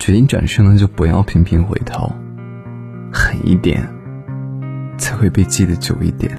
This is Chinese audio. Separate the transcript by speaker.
Speaker 1: 时间转瞬了就不要频频回头，狠一点，才会被记得久一点。